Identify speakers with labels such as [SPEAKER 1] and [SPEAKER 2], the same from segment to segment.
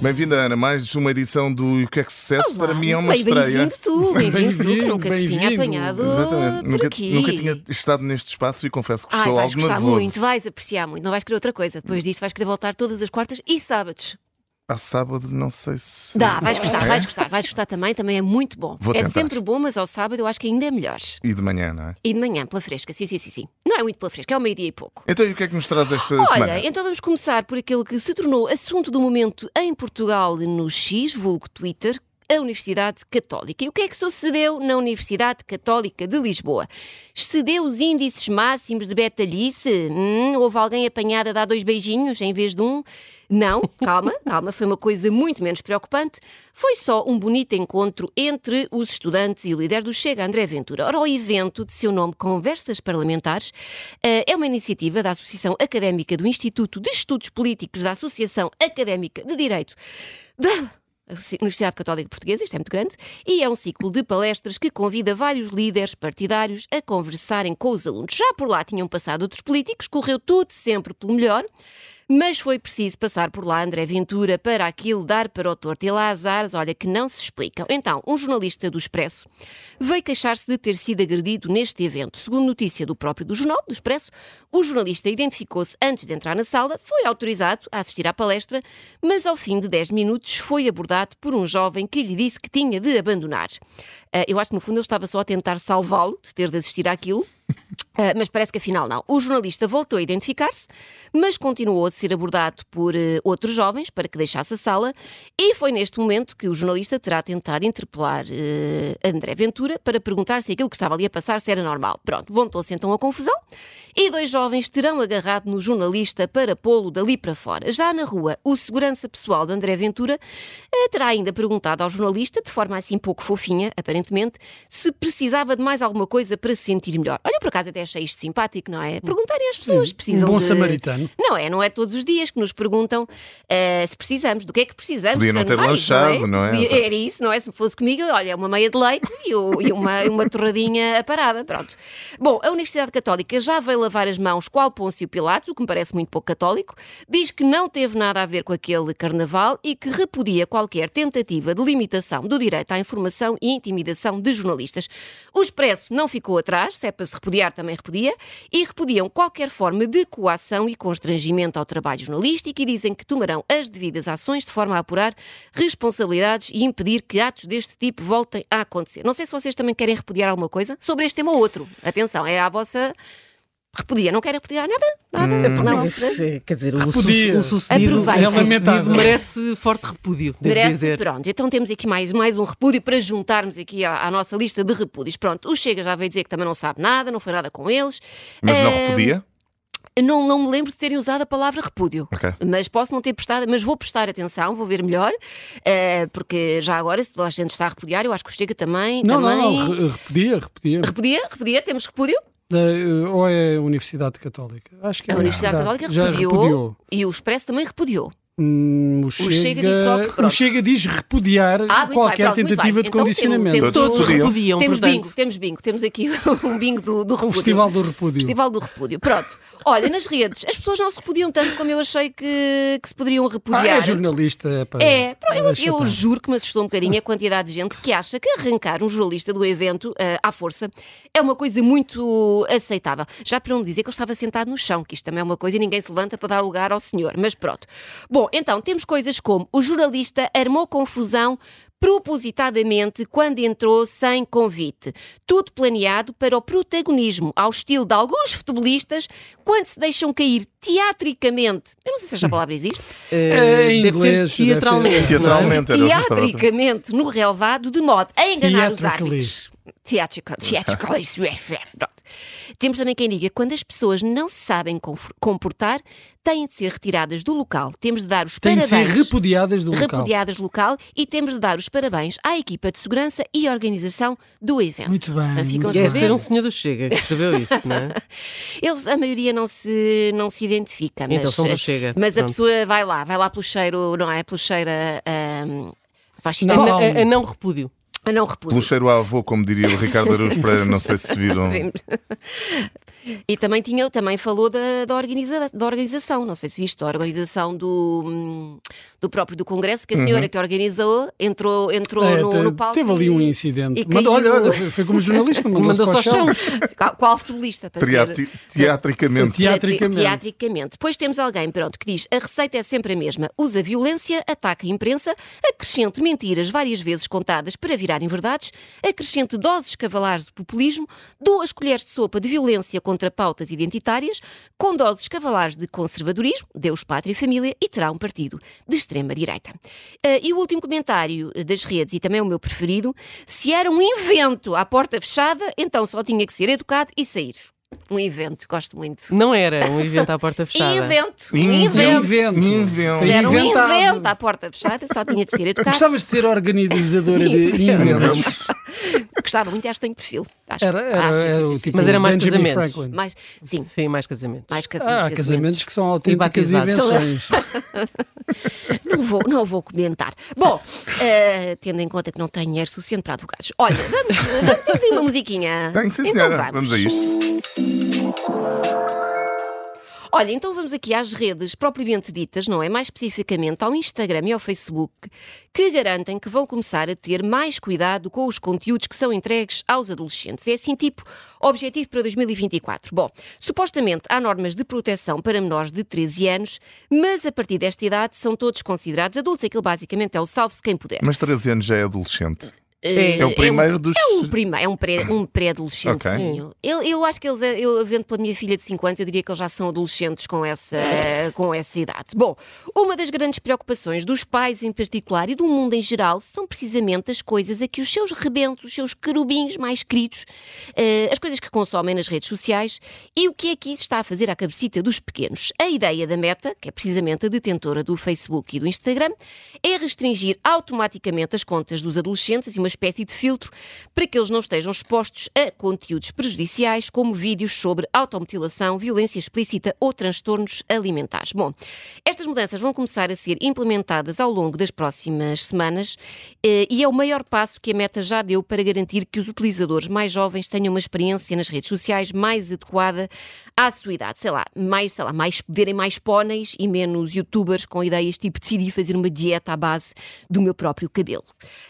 [SPEAKER 1] Bem-vinda, Ana. Mais uma edição do E o que é que sucesso?
[SPEAKER 2] Olá,
[SPEAKER 1] Para mim é uma
[SPEAKER 2] bem,
[SPEAKER 1] estreia.
[SPEAKER 2] Bem-vindo tu, bem-vindo tu, que
[SPEAKER 3] Bem-vindo,
[SPEAKER 2] nunca te tinha
[SPEAKER 3] bem-vindo.
[SPEAKER 2] apanhado
[SPEAKER 1] Exatamente.
[SPEAKER 2] por
[SPEAKER 1] Nunca,
[SPEAKER 2] aqui.
[SPEAKER 1] nunca tinha estado neste espaço e confesso que
[SPEAKER 2] Ai,
[SPEAKER 1] estou
[SPEAKER 2] vais
[SPEAKER 1] algo
[SPEAKER 2] gostar
[SPEAKER 1] nervoso.
[SPEAKER 2] muito, vais apreciar muito, não vais querer outra coisa. Depois disto vais querer voltar todas as quartas e sábados.
[SPEAKER 1] Ao sábado, não sei se.
[SPEAKER 2] Dá, vais gostar,
[SPEAKER 1] É?
[SPEAKER 2] vais gostar, vais gostar também, também é muito bom.
[SPEAKER 1] Vou
[SPEAKER 2] é
[SPEAKER 1] tentar.
[SPEAKER 2] sempre bom, mas ao sábado eu acho que ainda é melhor.
[SPEAKER 1] E de manhã, não é?
[SPEAKER 2] E de manhã, pela fresca, sim, sim, sim, sim. Não é muito pela fresca, é ao meio-dia e pouco.
[SPEAKER 1] Então, e o que é que nos traz esta semana?
[SPEAKER 2] Olha, então vamos começar por aquele que se tornou assunto do momento em Portugal no X, vulgo Twitter, a Universidade Católica. E o que é que sucedeu na Universidade Católica de Lisboa? Excedeu os índices máximos de betalhice? Hum, houve alguém apanhado a dar dois beijinhos em vez de um? Não, calma, calma, foi uma coisa muito menos preocupante. Foi só um bonito encontro entre os estudantes e o líder do Chega, André Ventura. Ora, o evento de seu nome Conversas Parlamentares eh, é uma iniciativa da Associação Académica do Instituto de Estudos Políticos da Associação Académica de Direito da a Universidade Católica Portuguesa, isto é muito grande, e é um ciclo de palestras que convida vários líderes partidários a conversarem com os alunos. Já por lá tinham passado outros políticos, correu tudo sempre pelo melhor, mas foi preciso passar por lá André Ventura para aquilo dar para o torto e lá azares, olha, que não se explicam. Então, um jornalista do Expresso veio queixar-se de ter sido agredido neste evento. Segundo notícia do próprio do jornal, do Expresso, o jornalista identificou-se antes de entrar na sala, foi autorizado a assistir à palestra, mas ao fim de 10 minutos foi abordado por um jovem que lhe disse que tinha de abandonar. Ah, Eu acho que no fundo ele estava só a tentar salvá-lo de ter de assistir àquilo. Ah, mas parece que afinal não. O jornalista voltou a identificar-se, mas continuou a ser abordado por eh, outros jovens para que deixasse a sala, e foi neste momento que o jornalista terá tentado interpelar eh, André Ventura para perguntar se aquilo que estava ali a passar se era normal. Pronto, voltou-se então a confusão, e dois jovens terão agarrado no jornalista para pô-lo dali para fora. Já na rua, o segurança pessoal de André Ventura eh, terá ainda perguntado ao jornalista, de forma assim pouco fofinha, aparentemente, se precisava de mais alguma coisa para se sentir melhor. Olha, eu, por acaso até achei isto simpático, não é? Perguntarem às pessoas se precisam
[SPEAKER 3] um bom
[SPEAKER 2] de-
[SPEAKER 3] samaritano.
[SPEAKER 2] Não é, não é todos os dias que nos perguntam eh, se precisamos, do que é que precisamos.
[SPEAKER 1] Podia não
[SPEAKER 2] para
[SPEAKER 1] ter
[SPEAKER 2] mais,
[SPEAKER 1] lanchado, não é?
[SPEAKER 2] Podia- Era isso, não é? Se fosse comigo, olha, uma meia de leite e, o- e uma, uma torradinha a parada, pronto. Bom, a Universidade Católica já veio lavar as mãos qual Pôncio Pilatos, o que me parece muito pouco católico, diz que não teve nada a ver com aquele carnaval e que repudia qualquer tentativa de limitação do direito à informação e intimidação de jornalistas. O Expresso não ficou atrás, se é para se repudiar, também repudia, e repudiam qualquer forma de coação e constrangimento ao trabalho jornalístico e dizem que tomarão as devidas ações de forma a apurar responsabilidades e impedir que atos deste tipo voltem a acontecer. Não sei se vocês também querem repudiar alguma coisa sobre este tema ou outro. Atenção, é a vossa. Repudia, não querem repudiar nada? Nada? não,
[SPEAKER 4] Mas, eh, quer dizer, o,
[SPEAKER 3] Repudia.
[SPEAKER 4] su- o sucedido,
[SPEAKER 2] Aproveita.
[SPEAKER 4] o sucedido
[SPEAKER 3] É lamentável.
[SPEAKER 4] merece forte repúdio, devo
[SPEAKER 2] Merece,
[SPEAKER 4] dizer.
[SPEAKER 2] pronto. Então temos aqui mais, mais um repúdio para juntarmos aqui à, à nossa lista de repúdios. Pronto, o Chega já veio dizer que também não sabe nada, não foi nada com eles.
[SPEAKER 1] Mas não
[SPEAKER 2] Eh,
[SPEAKER 1] repudia?
[SPEAKER 2] Não, não me lembro de terem usado a palavra repúdio.
[SPEAKER 1] Ok.
[SPEAKER 2] Mas posso não ter prestado, mas vou prestar atenção, vou ver melhor, eh, porque já agora, se toda a gente está a repudiar, eu acho que o Chega também.
[SPEAKER 3] Não,
[SPEAKER 2] também...
[SPEAKER 3] não, não, re- repetia, repetia.
[SPEAKER 2] Repudia, repudia, temos repúdio.
[SPEAKER 3] Da, eh, ou é a Universidade Católica? Acho que é
[SPEAKER 2] A Universidade Católica
[SPEAKER 3] Já
[SPEAKER 2] repudiou,
[SPEAKER 3] repudiou.
[SPEAKER 2] e o Expresso também repudiou.
[SPEAKER 3] Hum, o,
[SPEAKER 2] Chega
[SPEAKER 3] Chega,
[SPEAKER 2] disse só que pronto.
[SPEAKER 3] o Chega diz repudiar
[SPEAKER 2] Ah, muito bem,
[SPEAKER 3] qualquer
[SPEAKER 2] pronto, muito bem.
[SPEAKER 3] tentativa de
[SPEAKER 2] Então temos-
[SPEAKER 3] condicionamento.
[SPEAKER 2] temos-
[SPEAKER 1] Todos
[SPEAKER 4] Todos
[SPEAKER 1] podiam.
[SPEAKER 4] repudiam,
[SPEAKER 2] temos bingo,
[SPEAKER 4] portanto.
[SPEAKER 2] temos bingo, temos aqui um bingo do, do
[SPEAKER 3] O
[SPEAKER 2] repúdio.
[SPEAKER 3] Festival do Repúdio.
[SPEAKER 2] Festival do Repúdio. Pronto. Olha, nas redes, as pessoas não se repudiam tanto como eu achei que, que se poderiam repudiar.
[SPEAKER 3] Ah, é jornalista. É, pá.
[SPEAKER 2] É, pro- eu,
[SPEAKER 3] Deixa
[SPEAKER 2] eu
[SPEAKER 3] estar.
[SPEAKER 2] juro que me assustou um bocadinho a quantidade de gente que acha que arrancar um jornalista do evento eh, à força é uma coisa muito aceitável. Já para não dizer que ele estava sentado no chão, que isto também é uma coisa e ninguém se levanta para dar lugar ao senhor, mas pronto. Bom, então temos coisas como o jornalista armou confusão propositadamente quando entrou sem convite. Tudo planeado para o protagonismo, ao estilo de alguns futebolistas, quando se deixam cair teatricamente. Eu não sei se esta palavra existe.
[SPEAKER 4] Eh,
[SPEAKER 3] Em
[SPEAKER 4] deve
[SPEAKER 3] É inglês,
[SPEAKER 4] ser
[SPEAKER 3] deve ser.
[SPEAKER 4] teatralmente.
[SPEAKER 1] Teatralmente era o que eu estava a pensar.
[SPEAKER 2] teatricamente no relevado de modo a enganar os
[SPEAKER 3] Theatrically.
[SPEAKER 2] árbitros. Theatrical, theatrical, isso é, é, pronto. Temos também quem diga quando as pessoas não se sabem confor- comportar, têm de ser retiradas do local. Temos de dar os
[SPEAKER 3] Tem de
[SPEAKER 2] parabéns.
[SPEAKER 3] ser repudiadas do local.
[SPEAKER 2] repudiadas do local e temos de dar os parabéns à equipa de segurança e organização do evento.
[SPEAKER 3] Muito bem.
[SPEAKER 2] Ficam
[SPEAKER 3] muito
[SPEAKER 2] a
[SPEAKER 3] bem.
[SPEAKER 4] Deve ser um senhor do Chega que escreveu isso, não é?
[SPEAKER 2] Eles, a maioria não se, não se identifica, mas, eh,
[SPEAKER 4] Então são do Chega.
[SPEAKER 2] é- mas a
[SPEAKER 4] Pronto.
[SPEAKER 2] pessoa vai lá, vai lá pelo cheiro, não é? Pelo cheiro a, a fascista,
[SPEAKER 4] A
[SPEAKER 3] Não.
[SPEAKER 4] na- A, a não repúdio.
[SPEAKER 2] a não repúdio.
[SPEAKER 1] Pelo cheiro à avô, como diria o Ricardo Araújo Pereira, não sei se viram.
[SPEAKER 2] Vimos. E também, tinha, também falou da, da, organiza- da organização, não sei se viste, a organização do, hum, do próprio do Congresso, que a senhora que organizou entrou, entrou
[SPEAKER 3] Uhum. É,
[SPEAKER 2] no,
[SPEAKER 3] te-
[SPEAKER 2] no palco.
[SPEAKER 3] teve ali
[SPEAKER 2] e-
[SPEAKER 3] um
[SPEAKER 2] e
[SPEAKER 3] incidente.
[SPEAKER 2] caiu-
[SPEAKER 3] Mandou, olha, olha, foi- foi como jornalista, mandou-se
[SPEAKER 4] Mandou-se
[SPEAKER 3] para o chão.
[SPEAKER 4] ao
[SPEAKER 2] Qual, qual futebolista? Para ter-
[SPEAKER 1] Teatri- Teatricamente.
[SPEAKER 3] Teatricamente.
[SPEAKER 2] Teatricamente. Depois temos alguém pronto, que diz a receita é sempre a mesma. Usa violência, ataca a imprensa, acrescente mentiras várias vezes contadas para virarem verdades, acrescente doses cavalares de populismo, duas colheres de sopa de violência contra pautas identitárias, com doses cavalares de conservadorismo, Deus, Pátria e Família, e terá um partido de extrema-direita. Eh, e o último comentário eh, das redes, e também o meu preferido, se era um invento à porta fechada, então só tinha que ser educado e sair. Um invento, gosto muito.
[SPEAKER 4] Não era um evento à porta fechada.
[SPEAKER 2] Invento. Um
[SPEAKER 1] Invento.
[SPEAKER 2] invento.
[SPEAKER 3] Invento.
[SPEAKER 1] Invento.
[SPEAKER 2] Se era um
[SPEAKER 3] Inventado.
[SPEAKER 2] invento à porta fechada, só tinha de ser educado.
[SPEAKER 3] Gostavas de ser organizadora de inventos?
[SPEAKER 2] Gostava muito, acho que tenho perfil. Acho,
[SPEAKER 3] Era, era,
[SPEAKER 2] acho,
[SPEAKER 3] era
[SPEAKER 2] Ah, sim,
[SPEAKER 3] o
[SPEAKER 2] sim,
[SPEAKER 3] tipo
[SPEAKER 2] sim.
[SPEAKER 4] Mas era mais
[SPEAKER 3] Benjamin
[SPEAKER 4] casamentos.
[SPEAKER 3] Franklin.
[SPEAKER 2] Mais, sim,
[SPEAKER 4] Sim, mais casamentos.
[SPEAKER 2] mais que
[SPEAKER 3] Ah, há casamentos que são autênticas
[SPEAKER 4] E batizados.
[SPEAKER 3] invenções.
[SPEAKER 2] Não vou, não vou comentar. Bom, eh, tendo em conta que não tenho dinheiro suficiente para advogados. Olha, vamos, vamos tens aí uma musiquinha.
[SPEAKER 1] Tenho, sim,
[SPEAKER 2] então
[SPEAKER 1] senhora.
[SPEAKER 2] vamos.
[SPEAKER 1] Vamos a isto.
[SPEAKER 2] Olha, então vamos aqui às redes propriamente ditas, não é? Mais especificamente ao Instagram e ao Facebook, que garantem que vão começar a ter mais cuidado com os conteúdos que são entregues aos adolescentes. É assim, tipo, objetivo para 2024. Bom, supostamente há normas de proteção para menores de 13 anos, mas a partir desta idade são todos considerados adultos. Aquilo basicamente é o salve-se quem puder.
[SPEAKER 1] Mas 13 anos já é adolescente.
[SPEAKER 2] Eh,
[SPEAKER 1] É o primeiro dos.
[SPEAKER 2] é um primeiro, é um pré- um pré-adolescentezinho. eu, eu acho que eles, eh, eu vendo pela minha filha de 5 anos, eu diria que eles já são adolescentes com essa, com essa idade. Bom, uma das grandes preocupações dos pais em particular e do mundo em geral são precisamente as coisas a que os seus rebentos, os seus querubins mais queridos, eh, as coisas que consomem nas redes sociais e o que é que isso está a fazer à cabecita dos pequenos. A ideia da Meta, que é precisamente a detentora do Facebook e do Instagram, é restringir automaticamente as contas dos adolescentes, assim, uma espécie de filtro, para que eles não estejam expostos a conteúdos prejudiciais, como vídeos sobre automutilação, violência explícita ou transtornos alimentares. Bom, estas mudanças vão começar a ser implementadas ao longo das próximas semanas eh, e é o maior passo que a Meta já deu para garantir que os utilizadores mais jovens tenham uma experiência nas redes sociais mais adequada à sua idade. Sei lá, mais, sei lá, mais verem mais póneis e menos youtubers com ideias tipo decidi fazer uma dieta à base do meu próprio cabelo.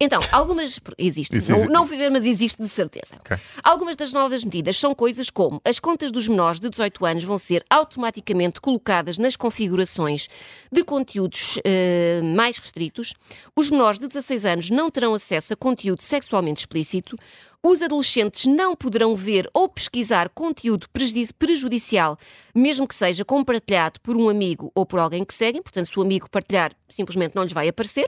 [SPEAKER 2] Então, algumas existem,
[SPEAKER 1] Isso
[SPEAKER 2] não,
[SPEAKER 1] exi-
[SPEAKER 2] não fui ver, mas existe de certeza.
[SPEAKER 1] Ok.
[SPEAKER 2] Algumas das novas medidas são coisas como as contas dos menores de 18 anos vão ser automaticamente colocadas nas configurações de conteúdos eh, mais restritos, os menores de 16 anos não terão acesso a conteúdo sexualmente explícito, os adolescentes não poderão ver ou pesquisar conteúdo prejudici- prejudicial, mesmo que seja compartilhado por um amigo ou por alguém que seguem, portanto, se o amigo partilhar, simplesmente não lhes vai aparecer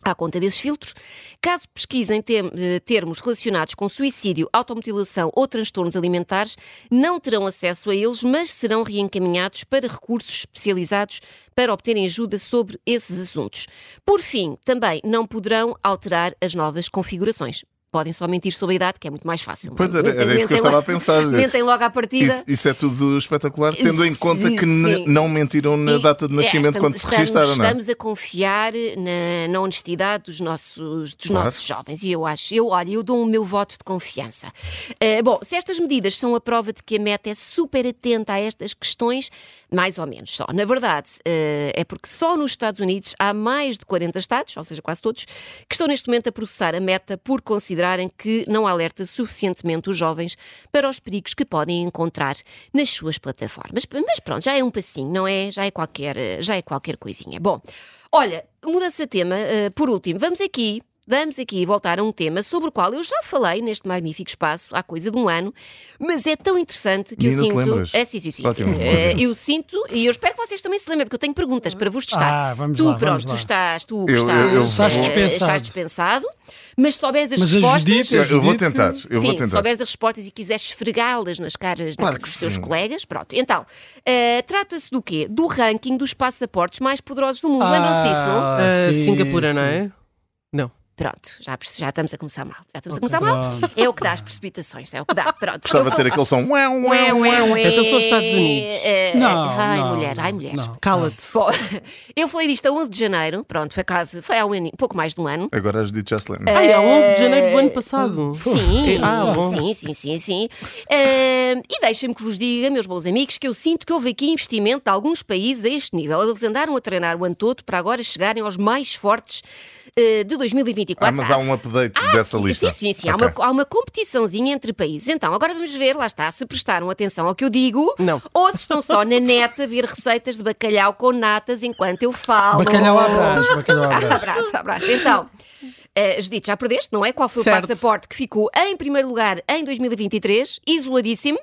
[SPEAKER 2] à conta desses filtros. Caso pesquisem tem- eh, termos relacionados com suicídio, automutilação ou transtornos alimentares, não terão acesso a eles, mas serão reencaminhados para recursos especializados para obterem ajuda sobre esses assuntos. Por fim, também não poderão alterar as novas configurações. Podem só mentir sobre a idade, que é muito mais fácil. não é?
[SPEAKER 1] Pois era,
[SPEAKER 2] Mentem-
[SPEAKER 1] era isso que eu
[SPEAKER 2] mentem
[SPEAKER 1] estava a
[SPEAKER 2] logo-
[SPEAKER 1] pensar.
[SPEAKER 2] Mentem logo à partida.
[SPEAKER 1] Isso, isso é tudo espetacular, tendo em conta que
[SPEAKER 2] Sim,
[SPEAKER 1] n-
[SPEAKER 2] sim.
[SPEAKER 1] não mentiram na
[SPEAKER 2] E-
[SPEAKER 1] data de nascimento
[SPEAKER 2] é,
[SPEAKER 1] quando se registaram, não é?
[SPEAKER 2] Estamos a confiar na, na honestidade dos nossos, dos
[SPEAKER 1] Claro.
[SPEAKER 2] nossos jovens e eu acho, eu olha, eu dou o meu voto de confiança. Eh, bom, se estas medidas são a prova de que a meta é super atenta a estas questões, mais ou menos só. Na verdade, eh, é porque só nos Estados Unidos há mais de 40 estados, ou seja, quase todos, que estão neste momento a processar a meta por considerarem que não alerta suficientemente os jovens para os perigos que podem encontrar nas suas plataformas. Mas pronto, já é um passinho, não é? Já é qualquer, já é qualquer coisinha. Bom, olha, mudança de tema, eh, por último, vamos aqui. Vamos aqui voltar a um tema sobre o qual eu já falei neste magnífico espaço há coisa de um ano, mas é tão interessante que
[SPEAKER 1] Ainda
[SPEAKER 2] eu
[SPEAKER 1] te
[SPEAKER 2] sinto.
[SPEAKER 1] lembras?
[SPEAKER 2] É, sim, sim, sim.
[SPEAKER 1] Ótimo,
[SPEAKER 2] Eh,
[SPEAKER 1] ótimo.
[SPEAKER 2] eu sinto, e eu espero que vocês também se lembrem, porque eu tenho perguntas para vos testar.
[SPEAKER 3] Ah, vamos
[SPEAKER 2] tu,
[SPEAKER 3] lá,
[SPEAKER 2] pronto,
[SPEAKER 3] vamos lá.
[SPEAKER 2] tu estás, tu que
[SPEAKER 1] Eu-
[SPEAKER 2] estás,
[SPEAKER 1] eu- eu
[SPEAKER 3] Estás vou- dispensado.
[SPEAKER 2] estás dispensado, mas se souberes as
[SPEAKER 3] Mas
[SPEAKER 2] respostas.
[SPEAKER 3] adjudica-
[SPEAKER 1] Eu, eu vou
[SPEAKER 3] Dito-
[SPEAKER 1] tentar, eu
[SPEAKER 2] Sim,
[SPEAKER 1] vou
[SPEAKER 2] se
[SPEAKER 1] tentar.
[SPEAKER 2] souberes as respostas e quiseres esfregá-las nas caras
[SPEAKER 1] Claro
[SPEAKER 2] dos
[SPEAKER 1] que
[SPEAKER 2] teus
[SPEAKER 1] sim.
[SPEAKER 2] colegas, pronto. Então, eh, trata-se do quê? Do ranking dos passaportes mais poderosos do mundo. Lembram-se disso?
[SPEAKER 3] Ah,
[SPEAKER 4] Ah,
[SPEAKER 3] sim,
[SPEAKER 2] é?
[SPEAKER 4] Singapura, não
[SPEAKER 3] sim.
[SPEAKER 4] é? Não.
[SPEAKER 2] Pronto, já, perce- já estamos a começar mal. Já estamos
[SPEAKER 3] Ok.
[SPEAKER 2] a começar mal.
[SPEAKER 3] Pronto.
[SPEAKER 2] É o que dá as precipitações, é o que dá. Pronto.
[SPEAKER 1] Gostava de ter aquele som. Ué, ué, ué.
[SPEAKER 2] Ué, ué, ué.
[SPEAKER 4] Então são os Estados Unidos.
[SPEAKER 2] Eh,
[SPEAKER 3] Não,
[SPEAKER 2] ai,
[SPEAKER 3] não,
[SPEAKER 2] mulher, ai,
[SPEAKER 3] não,
[SPEAKER 2] mulher.
[SPEAKER 3] não.
[SPEAKER 4] Cala-te.
[SPEAKER 2] Bom, eu falei disto a 11 de janeiro, pronto, foi quase, foi há um aninho- pouco mais de um ano.
[SPEAKER 1] Agora a Judith já se lembra.
[SPEAKER 4] Ai, é 11 de janeiro do ano passado.
[SPEAKER 2] eh, Sim,
[SPEAKER 4] Ah, bom.
[SPEAKER 2] sim, sim, sim, sim. Ahm, e deixem-me que vos diga, meus bons amigos, que eu sinto que houve aqui investimento de alguns países a este nível. Eles andaram a treinar o ano todo para agora chegarem aos mais fortes eh, de 2024.
[SPEAKER 1] Ah, mas há um update dessa lista.
[SPEAKER 2] Sim, sim, sim. Há,
[SPEAKER 1] Ok.
[SPEAKER 2] uma, há uma competiçãozinha entre países. Então, agora vamos ver, lá está, se prestaram atenção ao que eu digo
[SPEAKER 4] Não.
[SPEAKER 2] ou se estão só na net a ver receitas de bacalhau com natas enquanto eu falo.
[SPEAKER 3] Bacalhau à brás, bacalhau à brás.
[SPEAKER 2] Abraço, abraço. Então, eh, Judite, já perdeste, não é? Qual foi
[SPEAKER 4] Certo.
[SPEAKER 2] o passaporte que ficou em primeiro lugar em 2023, isoladíssimo?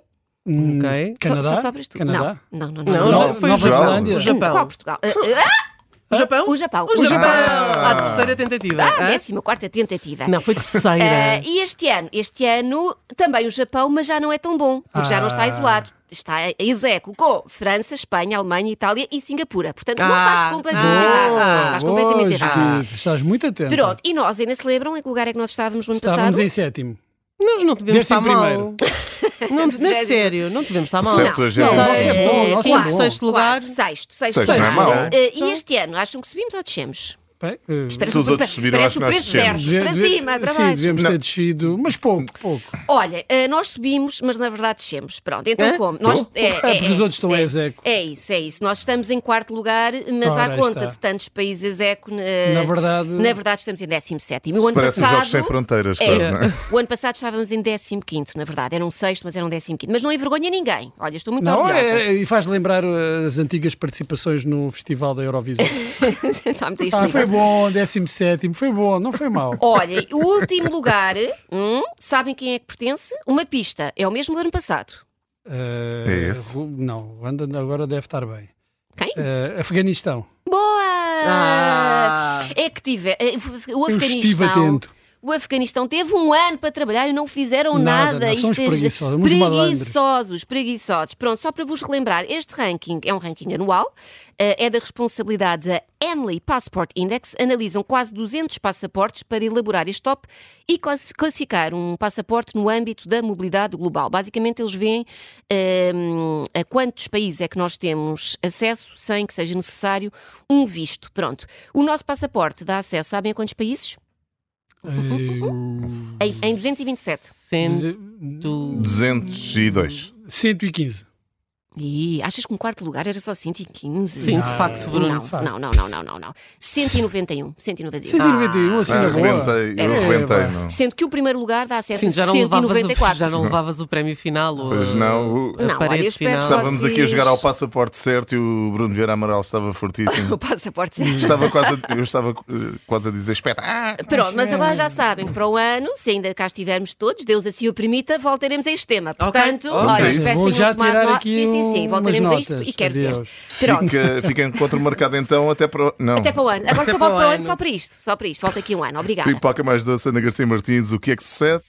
[SPEAKER 3] Hum,
[SPEAKER 4] Ok.
[SPEAKER 2] Só-
[SPEAKER 3] Canadá?
[SPEAKER 2] Só, sobres tu.
[SPEAKER 3] Canadá?
[SPEAKER 2] Não, não, não.
[SPEAKER 4] Não,
[SPEAKER 2] não.
[SPEAKER 3] Nova-
[SPEAKER 4] já foi
[SPEAKER 3] Nova
[SPEAKER 4] o Japão.
[SPEAKER 3] Zelândia?
[SPEAKER 4] O Japão.
[SPEAKER 2] Qual Portugal? Eh, ah,
[SPEAKER 4] O Japão?
[SPEAKER 2] o Japão.
[SPEAKER 4] O Japão.
[SPEAKER 1] Ah.
[SPEAKER 4] A terceira tentativa.
[SPEAKER 2] Ah,
[SPEAKER 4] hã?
[SPEAKER 2] décima quarta tentativa.
[SPEAKER 4] Não, foi terceira.
[SPEAKER 2] Eh, e este ano, este ano também o Japão, mas já não é tão bom, porque já não está
[SPEAKER 3] Ah.
[SPEAKER 2] isolado. Está execo com França, Espanha, Alemanha, Itália e Singapura. Portanto, não
[SPEAKER 4] Ah,
[SPEAKER 2] estás completamente
[SPEAKER 4] boa,
[SPEAKER 2] errado. Ah, Não estás completamente
[SPEAKER 3] Boa,
[SPEAKER 2] errado.
[SPEAKER 3] Judite, Estás muito atento.
[SPEAKER 2] Pronto, e nós ainda se lembram em que lugar é que nós estávamos no ano
[SPEAKER 3] Estávamos
[SPEAKER 2] passado?
[SPEAKER 3] em sétimo.
[SPEAKER 4] Nós não devemos
[SPEAKER 3] Décimo
[SPEAKER 4] estar mal.
[SPEAKER 3] primeiro.
[SPEAKER 4] Não, não é
[SPEAKER 2] Vigésimo.
[SPEAKER 4] sério, não devemos estar mal.
[SPEAKER 1] Certo, a gente.
[SPEAKER 3] Não,
[SPEAKER 1] Nossa,
[SPEAKER 3] é bom, nossa, é
[SPEAKER 4] Quinto,
[SPEAKER 3] bom.
[SPEAKER 4] sexto lugar.
[SPEAKER 2] Quase, sexto, sexto,
[SPEAKER 1] Sexto
[SPEAKER 2] lugar.
[SPEAKER 1] não é mau.
[SPEAKER 2] Eh, e este ano, acham que subimos ou descemos?
[SPEAKER 3] Bem, eh,
[SPEAKER 2] Espera,
[SPEAKER 1] Se os
[SPEAKER 2] pa-
[SPEAKER 1] outros subiram,
[SPEAKER 2] parece
[SPEAKER 1] acho que nós
[SPEAKER 2] o preço
[SPEAKER 1] descemos.
[SPEAKER 2] zero. Para
[SPEAKER 3] devia-
[SPEAKER 2] cima, para
[SPEAKER 3] sim,
[SPEAKER 2] baixo.
[SPEAKER 3] devíamos
[SPEAKER 1] Não.
[SPEAKER 3] ter descido, mas pouco, pouco.
[SPEAKER 2] Olha, eh, nós subimos, mas na verdade descemos. Pronto, então
[SPEAKER 4] Hã?
[SPEAKER 2] como? Nós,
[SPEAKER 1] Tu?
[SPEAKER 2] é,
[SPEAKER 3] É, porque os outros estão a execo.
[SPEAKER 2] É isso, é isso. Nós estamos em quarto lugar, mas
[SPEAKER 3] Ora,
[SPEAKER 2] à
[SPEAKER 3] aí
[SPEAKER 2] conta
[SPEAKER 3] está.
[SPEAKER 2] de tantos países eco, na,
[SPEAKER 3] Na verdade-
[SPEAKER 2] na verdade estamos em 17. O ano
[SPEAKER 1] Parece os Jogos Sem
[SPEAKER 2] passado.
[SPEAKER 1] Fronteiras,
[SPEAKER 2] É.
[SPEAKER 1] quase, não é?
[SPEAKER 2] O ano passado estávamos em 15, na verdade. Era um sexto, mas era um 15. Mas não envergonha ninguém. Olha, estou muito
[SPEAKER 3] Não,
[SPEAKER 2] orgulhosa.
[SPEAKER 3] é, e faz lembrar eh, as antigas participações no Festival da Eurovisão.
[SPEAKER 2] Está muito a este
[SPEAKER 3] Ah, foi
[SPEAKER 2] nível.
[SPEAKER 3] bom, 17, foi bom, não foi mal.
[SPEAKER 2] Olhem, o último lugar, hum, sabem quem é que pertence? Uma pista. É o mesmo do ano passado.
[SPEAKER 1] É
[SPEAKER 3] Eh,
[SPEAKER 1] esse?
[SPEAKER 3] Ru- não, Ruanda agora deve estar bem.
[SPEAKER 2] Quem?
[SPEAKER 3] Eh, Afeganistão.
[SPEAKER 2] Boa!
[SPEAKER 4] Ah.
[SPEAKER 2] É que tive. eh, O
[SPEAKER 3] Eu
[SPEAKER 2] Afeganistão.
[SPEAKER 3] estive atento.
[SPEAKER 2] O Afeganistão teve um ano para trabalhar e não fizeram nada.
[SPEAKER 3] Nada, não, são uns
[SPEAKER 2] Isto é-
[SPEAKER 3] preguiçosos, uns
[SPEAKER 2] preguiçosos, preguiçosos. Pronto, só para vos relembrar, este ranking é um ranking anual, eh, é da responsabilidade da Henley Passport Index. Analisam quase 200 passaportes para elaborar este top e classi- classificar um passaporte no âmbito da mobilidade global. Basicamente, eles veem eh, a quantos países é que nós temos acesso sem que seja necessário um visto. Pronto, o nosso passaporte dá acesso, sabem a quantos países?
[SPEAKER 3] Eh,
[SPEAKER 2] Em, em 227.
[SPEAKER 4] Sendo
[SPEAKER 3] duze-
[SPEAKER 1] 202.
[SPEAKER 3] 115.
[SPEAKER 2] Ih, achas que um quarto lugar era só 115?
[SPEAKER 4] Sim, de
[SPEAKER 3] Não.
[SPEAKER 4] facto, Bruno.
[SPEAKER 2] Não,
[SPEAKER 3] Ah, de facto.
[SPEAKER 2] não, não, não, não, não, não. 191. 191.
[SPEAKER 3] 191, assim
[SPEAKER 1] Ah,
[SPEAKER 3] na boa.
[SPEAKER 1] arrebentei, eu
[SPEAKER 2] É,
[SPEAKER 1] arrebentei,
[SPEAKER 3] vá.
[SPEAKER 1] não.
[SPEAKER 2] um. Sendo que o primeiro lugar dá acesso
[SPEAKER 4] Sim,
[SPEAKER 2] a
[SPEAKER 4] já não, levavas o,
[SPEAKER 2] 194.
[SPEAKER 4] já não levavas o prémio final. ou
[SPEAKER 1] Pois
[SPEAKER 4] a-
[SPEAKER 1] não, o-
[SPEAKER 4] a
[SPEAKER 2] Não, olha, eu
[SPEAKER 4] parede
[SPEAKER 2] espero
[SPEAKER 4] final.
[SPEAKER 2] que
[SPEAKER 4] Estava...
[SPEAKER 1] Estávamos
[SPEAKER 2] vocês-
[SPEAKER 1] aqui a jogar ao passaporte certo e o Bruno Vieira Amaral estava fortíssimo.
[SPEAKER 2] O passaporte zero.
[SPEAKER 1] Estava quase a, eu estava eh, quase a dizer, espeta, ah,
[SPEAKER 2] Pronto, mas agora já sabem que para o ano, se ainda cá estivermos todos, Deus assim o permita, voltaremos a este tema. Portanto,
[SPEAKER 4] ok.
[SPEAKER 2] olha,
[SPEAKER 1] Vamos a isso.
[SPEAKER 2] espero que
[SPEAKER 3] Vou
[SPEAKER 2] tenham
[SPEAKER 3] já
[SPEAKER 2] tomado
[SPEAKER 3] tirar
[SPEAKER 2] nota.
[SPEAKER 3] aqui
[SPEAKER 2] Sim, sim, sim,
[SPEAKER 3] umas
[SPEAKER 2] voltaremos a isto
[SPEAKER 3] notas.
[SPEAKER 2] e quero
[SPEAKER 3] Adeus.
[SPEAKER 2] ver. Pronto.
[SPEAKER 1] fica, fica encontro marcado então até para o... Não.
[SPEAKER 2] Até para o ano. Agora
[SPEAKER 4] Até
[SPEAKER 2] só
[SPEAKER 4] para
[SPEAKER 2] volto
[SPEAKER 4] o
[SPEAKER 2] para o ano
[SPEAKER 4] ano.
[SPEAKER 2] só para isto. Só para isto. Volto aqui um ano. Obrigada.
[SPEAKER 1] Pipoca mais doce, Ana Garcia Martins, o que é que sucede?